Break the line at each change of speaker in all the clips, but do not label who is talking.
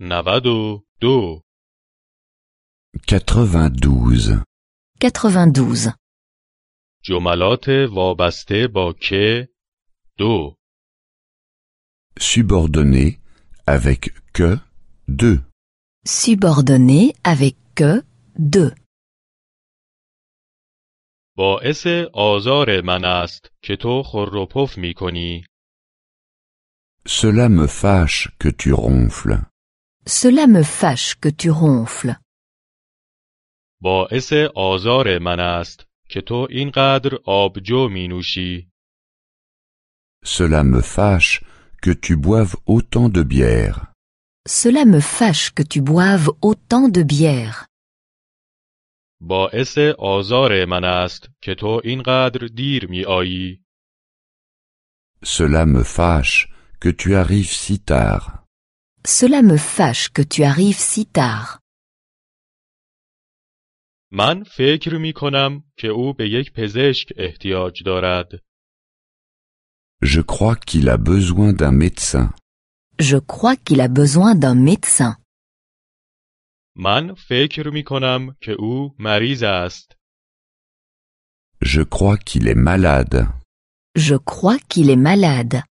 نود و دو
92.
92.
جملات وابسته با که دو
Subordonné avec que 2.
Subordonné avec que, de.
باعث آزار من است که تو خر و پف می کنی
Cela me fâche que tu ronfles.
Cela me fâche que tu ronfles.
باعث آزار من است که تو اینقدر آبجو می نوشی
Cela me fâche que tu boives autant de bière.
Cela me fâche que tu boives autant de bière.
باعث آزار من است که تو اینقدر دیر می آیی
Cela me fâche que tu arrives si tard.
Cela me fâche que tu arrives si tard.
من فکر می کنم که او به یک پزشک احتیاج دارد
Je crois qu'il a besoin d'un médecin.
Je crois qu'il a besoin d'un médecin.
من فکر می کنم که او مریض است
Je crois qu'il est malade.
Je crois qu'il est malade.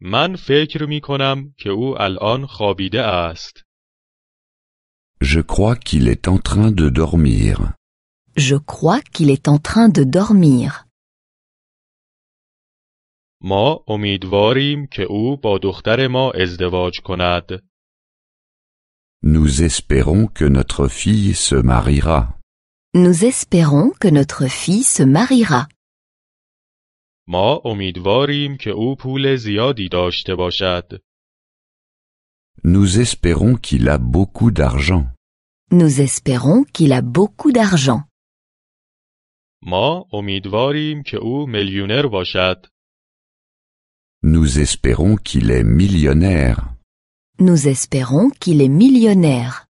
من فکر می کنم که او الان خوابیده است
Je crois qu'il est en train de dormir.
Je crois qu'il est en train de dormir.
ما امیدواریم که او با دختر ما ازدواج کند.
Nous espérons que notre fille se mariera.
Nous espérons que notre fille se mariera.
ما امیدواریم که او پول زیادی داشته باشد.
Nous espérons qu'il a beaucoup d'argent.
Nous espérons qu'il a beaucoup d'argent.
ما امیدواریم که او میلیونر باشد.
Nous espérons qu'il est millionnaire.
Nous espérons qu'il est millionnaire.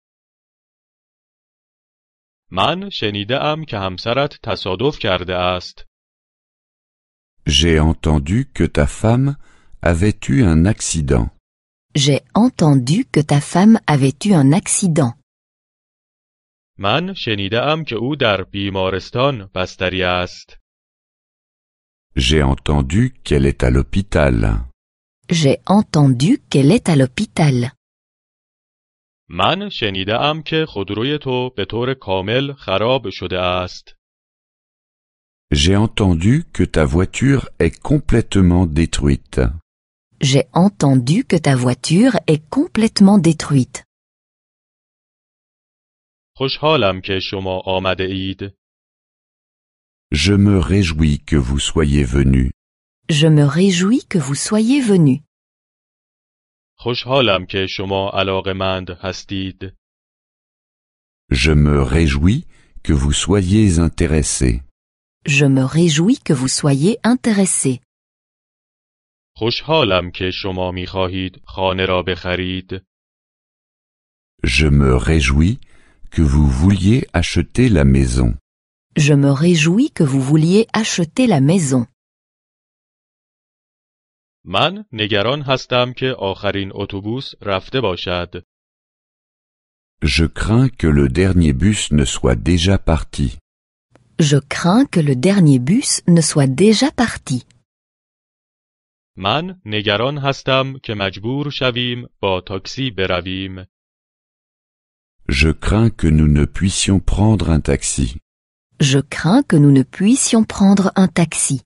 من شنیده ام که همسرت تصادف کرده است.
J'ai entendu que ta femme avait eu un accident.
J'ai entendu que ta femme avait eu un accident.
من شنیده ام که او در بیمارستان بستری است.
J'ai entendu qu'elle est à l'hôpital.
J'ai entendu qu'elle est à l'hôpital.
من شنیده ام که خودروی تو به طور کامل خراب شده است.
J'ai entendu que ta voiture est complètement détruite.
J'ai entendu que ta voiture est complètement détruite.
خوشحالم که شما آمده اید.
Je me réjouis que vous soyez venus.
Je me réjouis que vous soyez venus.
خوشحالم که شما علاقمند هستید.
Je me réjouis que vous soyez intéressés.
Je me réjouis que vous soyez intéressés.
خوشحالم که شما میخواهید خانه را بخرید.
Je me réjouis que vous vouliez acheter la maison.
Je me réjouis que vous vouliez acheter la maison.
من نگران هستم که آخرین اتوبوس رفته باشد.
Je crains que le dernier bus ne soit déjà parti.
Je crains que le dernier bus ne soit déjà parti.
من نگران هستم که مجبور شویم با تاکسی برویم.
Je crains que nous ne puissions prendre un taxi.
Je crains que nous ne puissions prendre un taxi.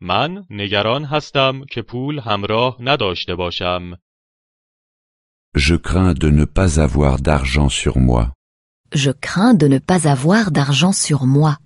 من نگران هستم که پول همراه نداشته باشم.
Je crains de ne pas avoir d'argent sur moi.
Je crains de ne pas avoir d'argent sur moi.